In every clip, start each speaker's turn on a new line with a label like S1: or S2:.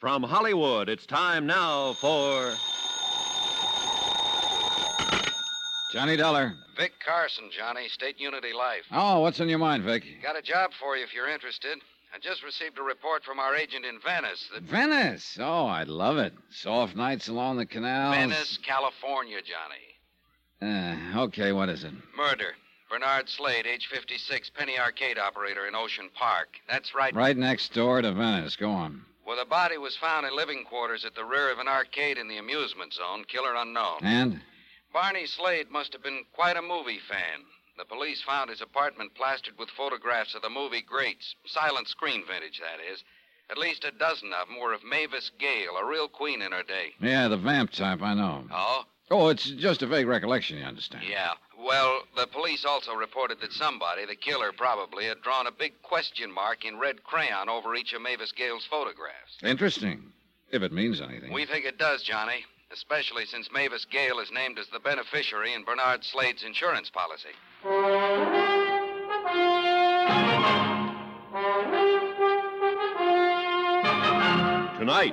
S1: From Hollywood, it's time now for.
S2: Johnny Dollar.
S3: Vic Carson, Johnny, State Unity Life.
S2: Oh, what's in your mind, Vic?
S3: Got a job for you if you're interested. I just received a report from our agent in Venice that.
S2: Venice. Oh, I love it. Soft nights along the canals.
S3: Venice, California, Johnny.
S2: Uh, okay, what is it?
S3: Murder. Bernard Slade, age 56, penny arcade operator in Ocean Park. That's right.
S2: Right next door to Venice. Go on.
S3: Well, the body was found in living quarters at the rear of an arcade in the amusement zone, killer unknown.
S2: And?
S3: Barney Slade must have been quite a movie fan. The police found his apartment plastered with photographs of the movie greats, silent screen vintage, that is. At least a dozen of them were of Mavis Gale, a real queen in her day.
S2: Yeah, the vamp type, I know.
S3: Oh?
S2: Oh, it's just a vague recollection, you understand.
S3: Yeah. Well, the police also reported that somebody, the killer probably, had drawn a big question mark in red crayon over each of Mavis Gale's photographs.
S2: Interesting. If it means anything.
S3: We think it does, Johnny, especially since Mavis Gale is named as the beneficiary in Bernard Slade's insurance policy.
S1: Tonight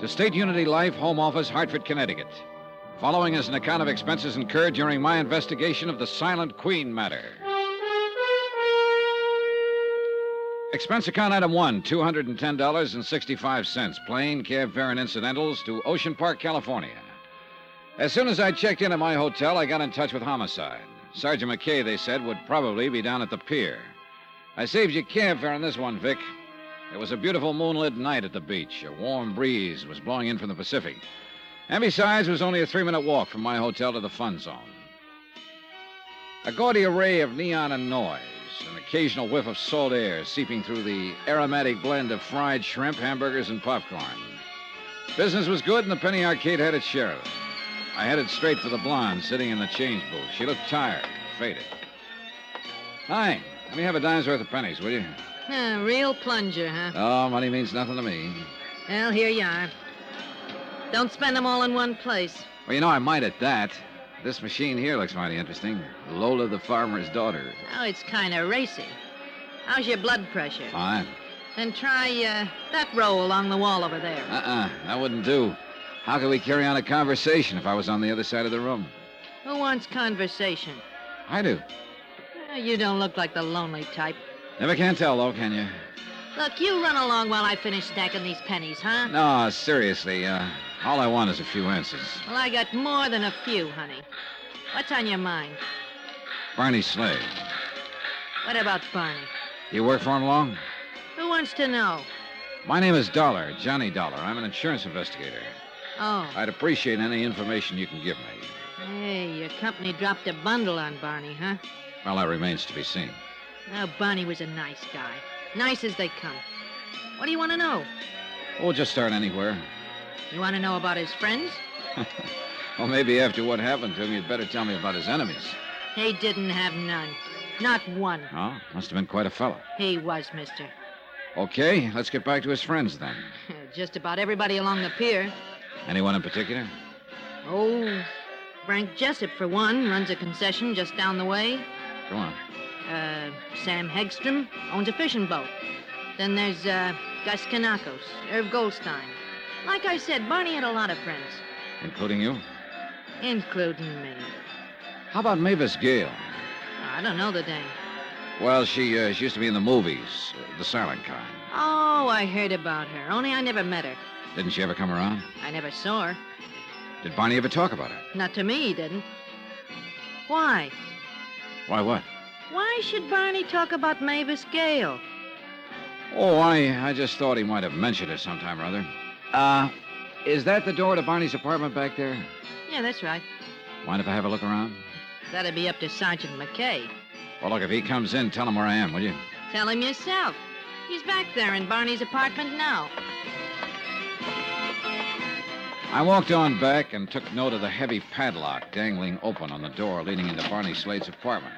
S2: to State Unity Life, Home Office, Hartford, Connecticut. Following is an account of expenses incurred during my investigation of the Silent Queen matter. Expense account item one, $210.65, plane, cab fare, and incidentals to Ocean Park, California. As soon as I checked in at my hotel, I got in touch with Homicide. Sergeant McKay, they said, would probably be down at the pier. I saved you cab fare on this one, Vic. It was a beautiful moonlit night at the beach. A warm breeze was blowing in from the Pacific. And besides, it was only a three minute walk from my hotel to the fun zone. A gaudy array of neon and noise, an occasional whiff of salt air seeping through the aromatic blend of fried shrimp, hamburgers, and popcorn. Business was good, and the penny arcade had its share of it. I headed straight for the blonde sitting in the change booth. She looked tired, faded. Hi, let me have a dime's worth of pennies, will you?
S4: A real plunger, huh?
S2: Oh, money means nothing to me.
S4: Well, here you are. Don't spend them all in one place.
S2: Well, you know, I might at that. This machine here looks mighty interesting. Lola the farmer's daughter.
S4: Oh, it's kind of racy. How's your blood pressure?
S2: Fine.
S4: Then try uh, that row along the wall over there.
S2: Uh-uh, that wouldn't do. How could we carry on a conversation if I was on the other side of the room?
S4: Who wants conversation?
S2: I do.
S4: Uh, you don't look like the lonely type.
S2: Never can tell, though, can you?
S4: Look, you run along while I finish stacking these pennies, huh?
S2: No, seriously, uh, all I want is a few answers.
S4: Well, I got more than a few, honey. What's on your mind?
S2: Barney Slade.
S4: What about Barney?
S2: You work for him long?
S4: Who wants to know?
S2: My name is Dollar, Johnny Dollar. I'm an insurance investigator.
S4: Oh.
S2: I'd appreciate any information you can give me.
S4: Hey, your company dropped a bundle on Barney, huh?
S2: Well, that remains to be seen.
S4: Oh, Barney was a nice guy. Nice as they come. What do you want to know?
S2: We'll just start anywhere.
S4: You want to know about his friends?
S2: Well, maybe after what happened to him, you'd better tell me about his enemies.
S4: He didn't have none. Not one.
S2: Oh, must have been quite a fellow.
S4: He was, mister.
S2: Okay, let's get back to his friends then.
S4: Just about everybody along the pier.
S2: Anyone in particular?
S4: Oh, Frank Jessup, for one, runs a concession just down the way.
S2: Go on.
S4: Uh, Sam Hegstrom owns a fishing boat. Then there's uh, Gus Kanakos, Irv Goldstein. Like I said, Barney had a lot of friends,
S2: Including you?
S4: including me.
S2: How about Mavis Gale?
S4: I don't know the dame.
S2: Well, she, uh, she used to be in the movies, uh, the silent kind.
S4: Oh, I heard about her, only I never met her.
S2: Didn't she ever come around?
S4: I never saw her.
S2: Did Barney ever talk about her?
S4: Not to me, he didn't. Why?
S2: Why, what?
S4: Why should Barney talk about Mavis Gale?
S2: Oh, I, I just thought he might have mentioned her sometime or other. Uh, is that the door to Barney's apartment back there?
S4: Yeah, that's right.
S2: Mind if I have a look around?
S4: That'd be up to Sergeant McKay.
S2: Well, look, if he comes in, tell him where I am, will you?
S4: Tell him yourself. He's back there in Barney's apartment now.
S2: I walked on back and took note of the heavy padlock dangling open on the door leading into Barney Slade's apartment.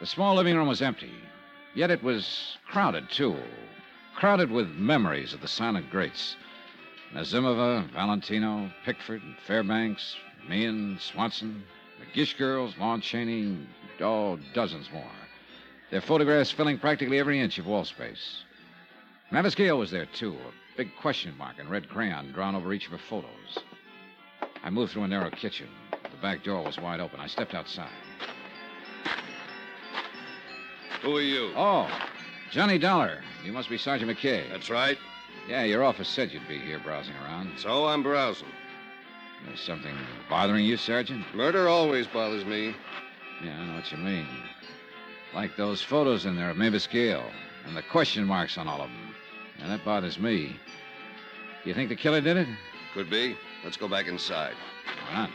S2: The small living room was empty, yet it was crowded, too. Crowded with memories of the silent greats Nazimova, Valentino, Pickford, and Fairbanks, Meehan, Swanson, the Gish girls, Lon Chaney, oh, dozens more. Their photographs filling practically every inch of wall space. Mavis Gale was there, too, a big question mark in red crayon drawn over each of her photos. I moved through a narrow kitchen. The back door was wide open. I stepped outside.
S5: Who are you?
S2: Oh, Johnny Dollar. You must be Sergeant McKay.
S5: That's right.
S2: Yeah, your office said you'd be here browsing around.
S5: So I'm browsing.
S2: There's something bothering you, Sergeant?
S5: Murder always bothers me.
S2: Yeah, I know what you mean. Like those photos in there of Mavis Gale and the question marks on all of them. And that bothers me. You think the killer did it?
S5: Could be. Let's go back inside.
S2: Why not?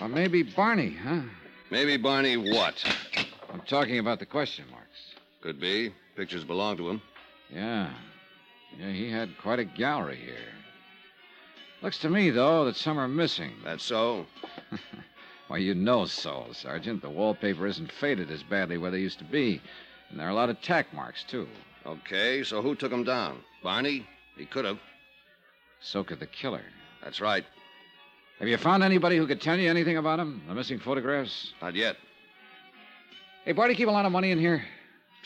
S2: Or maybe Barney, huh?
S5: Maybe Barney what?
S2: I'm talking about the question marks.
S5: Could be. Pictures belong to him.
S2: Yeah. Yeah, he had quite a gallery here. Looks to me, though, that some are missing.
S5: That's so.
S2: Why, you know so, Sergeant. The wallpaper isn't faded as badly where they used to be. And there are a lot of tack marks, too.
S5: Okay, so who took him down? Barney? He could have.
S2: So could the killer.
S5: That's right.
S2: Have you found anybody who could tell you anything about him? The missing photographs?
S5: Not yet.
S2: Hey, Barty, keep a lot of money in here?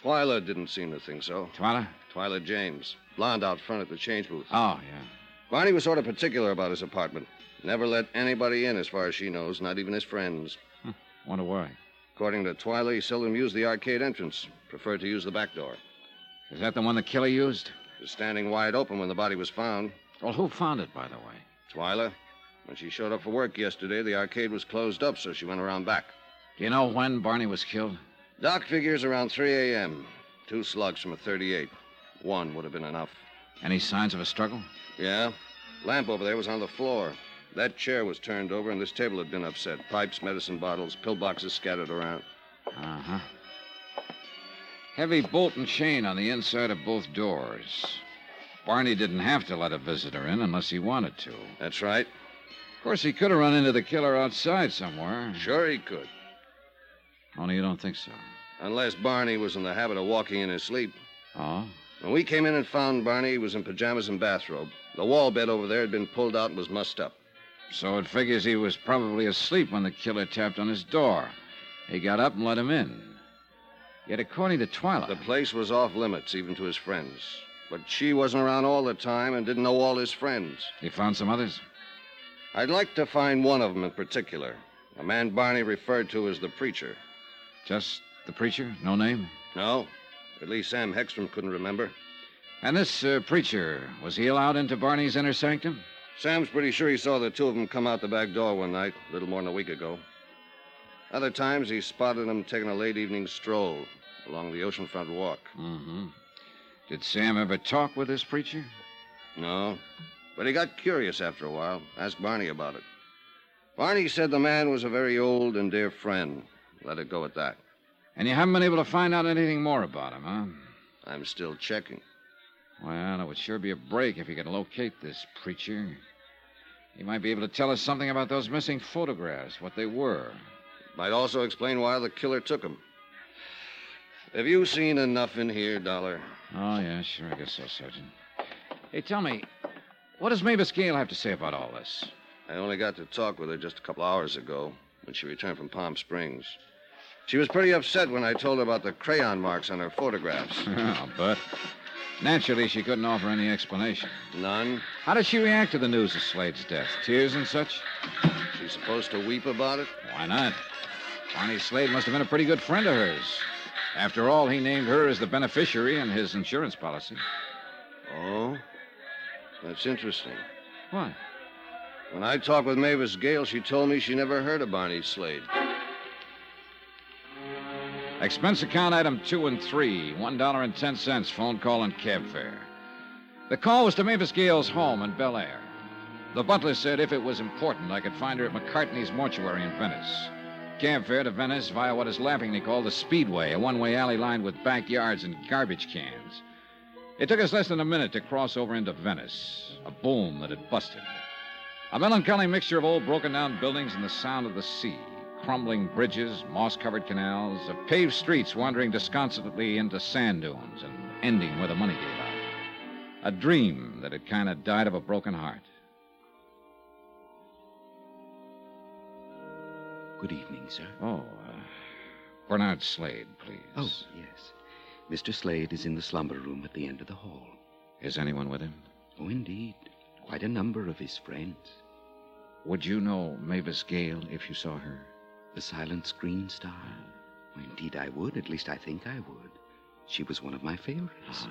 S5: Twyla didn't seem to think so.
S2: Twyla?
S5: Twyla James. Blonde out front at the change booth.
S2: Oh, yeah.
S5: Barney was sort of particular about his apartment. Never let anybody in, as far as she knows, not even his friends.
S2: Wonder why.
S5: According to Twyla, he seldom used the arcade entrance, preferred to use the back door.
S2: Is that the one the killer used?
S5: It was standing wide open when the body was found.
S2: Well, who found it, by the way?
S5: Twyla, when she showed up for work yesterday, the arcade was closed up, so she went around back.
S2: Do you know when Barney was killed?
S5: Doc figures around 3 a.m. Two slugs from a 38. One would have been enough.
S2: Any signs of a struggle?
S5: Yeah. Lamp over there was on the floor. That chair was turned over, and this table had been upset. Pipes, medicine bottles, pill boxes scattered around.
S2: Uh huh. Heavy bolt and chain on the inside of both doors. Barney didn't have to let a visitor in unless he wanted to. Of
S5: That's right.
S2: course, he could have run into the killer outside somewhere.
S5: Sure he could.
S2: Only you don't think so.
S5: Unless Barney was in the habit of walking in his sleep.
S2: Oh?
S5: When we came in and found Barney, he was in pajamas and bathrobe. The wall bed over there had been pulled out and was mussed up.
S2: So it figures he was probably asleep when the killer tapped on his door. He got up and let him in. Yet, according to Twyla,
S5: The place was off limits, even to his friends. But she wasn't around all the time and didn't know all his friends.
S2: he found some others.
S5: I'd like to find one of them in particular a man Barney referred to as the preacher.
S2: Just the preacher, no name.
S5: No? At least Sam Hextrom couldn't remember.
S2: And this uh, preacher, was he allowed into Barney's inner sanctum?
S5: Sam's pretty sure he saw the two of them come out the back door one night, a little more than a week ago. Other times, he spotted them taking a late evening stroll along the oceanfront walk.
S2: Mm-hmm. Did Sam ever talk with this preacher?
S5: No. But he got curious after a while, asked Barney about it. Barney said the man was a very old and dear friend. Let it go at that.
S2: And you haven't been able to find out anything more about him, huh?
S5: I'm still checking.
S2: Well, it would sure be a break if you could locate this preacher. He might be able to tell us something about those missing photographs, what they were.
S5: Might also explain why the killer took him. Have you seen enough in here, Dollar?
S2: Oh, yeah, sure. I guess so, Sergeant. Hey, tell me, what does Mavis Gale have to say about all this?
S5: I only got to talk with her just a couple hours ago when she returned from Palm Springs. She was pretty upset when I told her about the crayon marks on her photographs.
S2: but naturally, she couldn't offer any explanation.
S5: None.
S2: How did she react to the news of Slade's death? Tears and such?
S5: She's supposed to weep about it.
S2: Why not? Barney Slade must have been a pretty good friend of hers. After all, he named her as the beneficiary in his insurance policy.
S5: Oh? That's interesting.
S2: Why?
S5: When I talked with Mavis Gale, she told me she never heard of Barney Slade.
S2: Expense account item two and three, one dollar and ten cents, phone call and cab fare. The call was to Mavis Gale's home in Bel Air. The butler said if it was important, I could find her at McCartney's mortuary in Venice. cab fare to Venice via what is laughingly called the Speedway, a one way alley lined with backyards and garbage cans. It took us less than a minute to cross over into Venice, a boom that had busted. A melancholy mixture of old broken down buildings and the sound of the sea, crumbling bridges, moss covered canals, of paved streets wandering disconsolately into sand dunes and ending where the money gave out. A dream that had kind of died of a broken heart.
S3: Good evening, sir.
S2: Oh, uh, Bernard Slade, please.
S3: Oh, yes. Mr. Slade is in the slumber room at the end of the hall.
S2: Is anyone with him?
S3: Oh, indeed. Quite a number of his friends.
S2: Would you know Mavis Gale if you saw her?
S3: The silent screen star. Well, indeed, I would. At least I think I would. She was one of my favorites.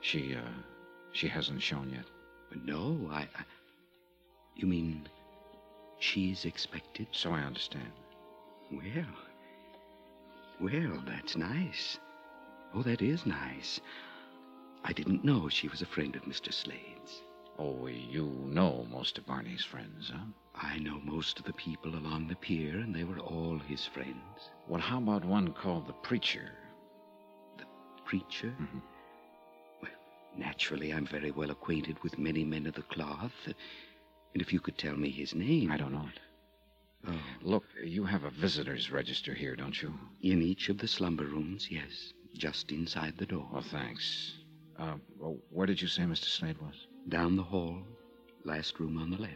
S2: She, uh, she hasn't shown yet.
S3: But no, I, I. You mean she's expected?
S2: So I understand.
S3: Well, well, that's nice. Oh, that is nice. I didn't know she was a friend of Mr. Slade's.
S2: Oh, you know most of Barney's friends, huh?
S3: I know most of the people along the pier, and they were all his friends.
S2: Well, how about one called the Preacher?
S3: The preacher?
S2: Mm-hmm.
S3: Well, naturally, I'm very well acquainted with many men of the cloth. And if you could tell me his name.
S2: I don't know it.
S3: Oh,
S2: Look, you have a visitor's register here, don't you?
S3: in each of the slumber rooms, yes, just inside the door.
S2: Well, thanks. Uh, well, where did you say Mr. Slade was?
S3: Down the hall, last room on the left.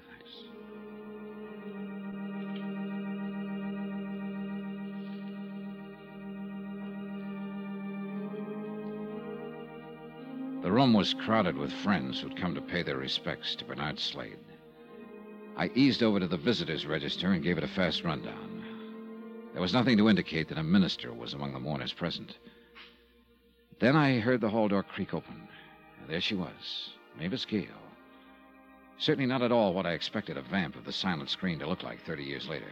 S2: The room was crowded with friends who'd come to pay their respects to Bernard Slade. I eased over to the visitors' register and gave it a fast rundown. There was nothing to indicate that a minister was among the mourners present. Then I heard the hall door creak open, and there she was, Mavis Gale. Certainly not at all what I expected a vamp of the silent screen to look like 30 years later.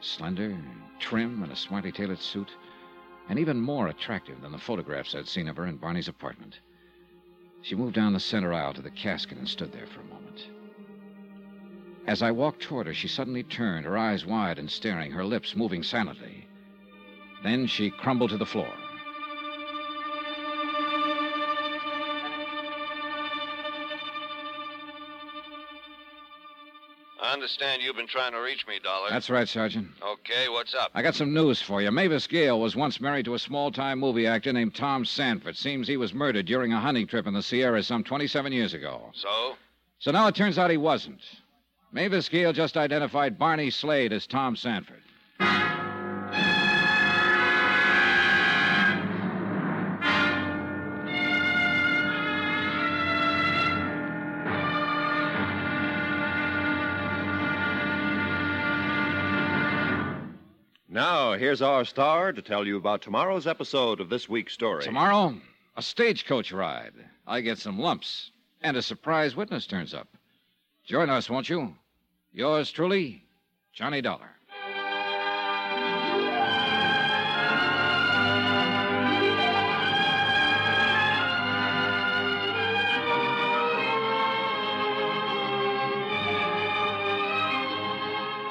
S2: Slender, trim, in a smartly tailored suit, and even more attractive than the photographs I'd seen of her in Barney's apartment. She moved down the center aisle to the casket and stood there for a moment. As I walked toward her, she suddenly turned, her eyes wide and staring, her lips moving silently. Then she crumbled to the floor.
S6: I understand you've been trying to reach me, Dollar.
S2: That's right, Sergeant.
S6: Okay, what's up?
S2: I got some news for you. Mavis Gale was once married to a small time movie actor named Tom Sanford. Seems he was murdered during a hunting trip in the Sierras some 27 years ago.
S6: So?
S2: So now it turns out he wasn't. Mavis Gale just identified Barney Slade as Tom Sanford.
S5: Now, here's our star to tell you about tomorrow's episode of this week's story.
S2: Tomorrow, a stagecoach ride. I get some lumps. And a surprise witness turns up. Join us, won't you? Yours truly, Johnny Dollar.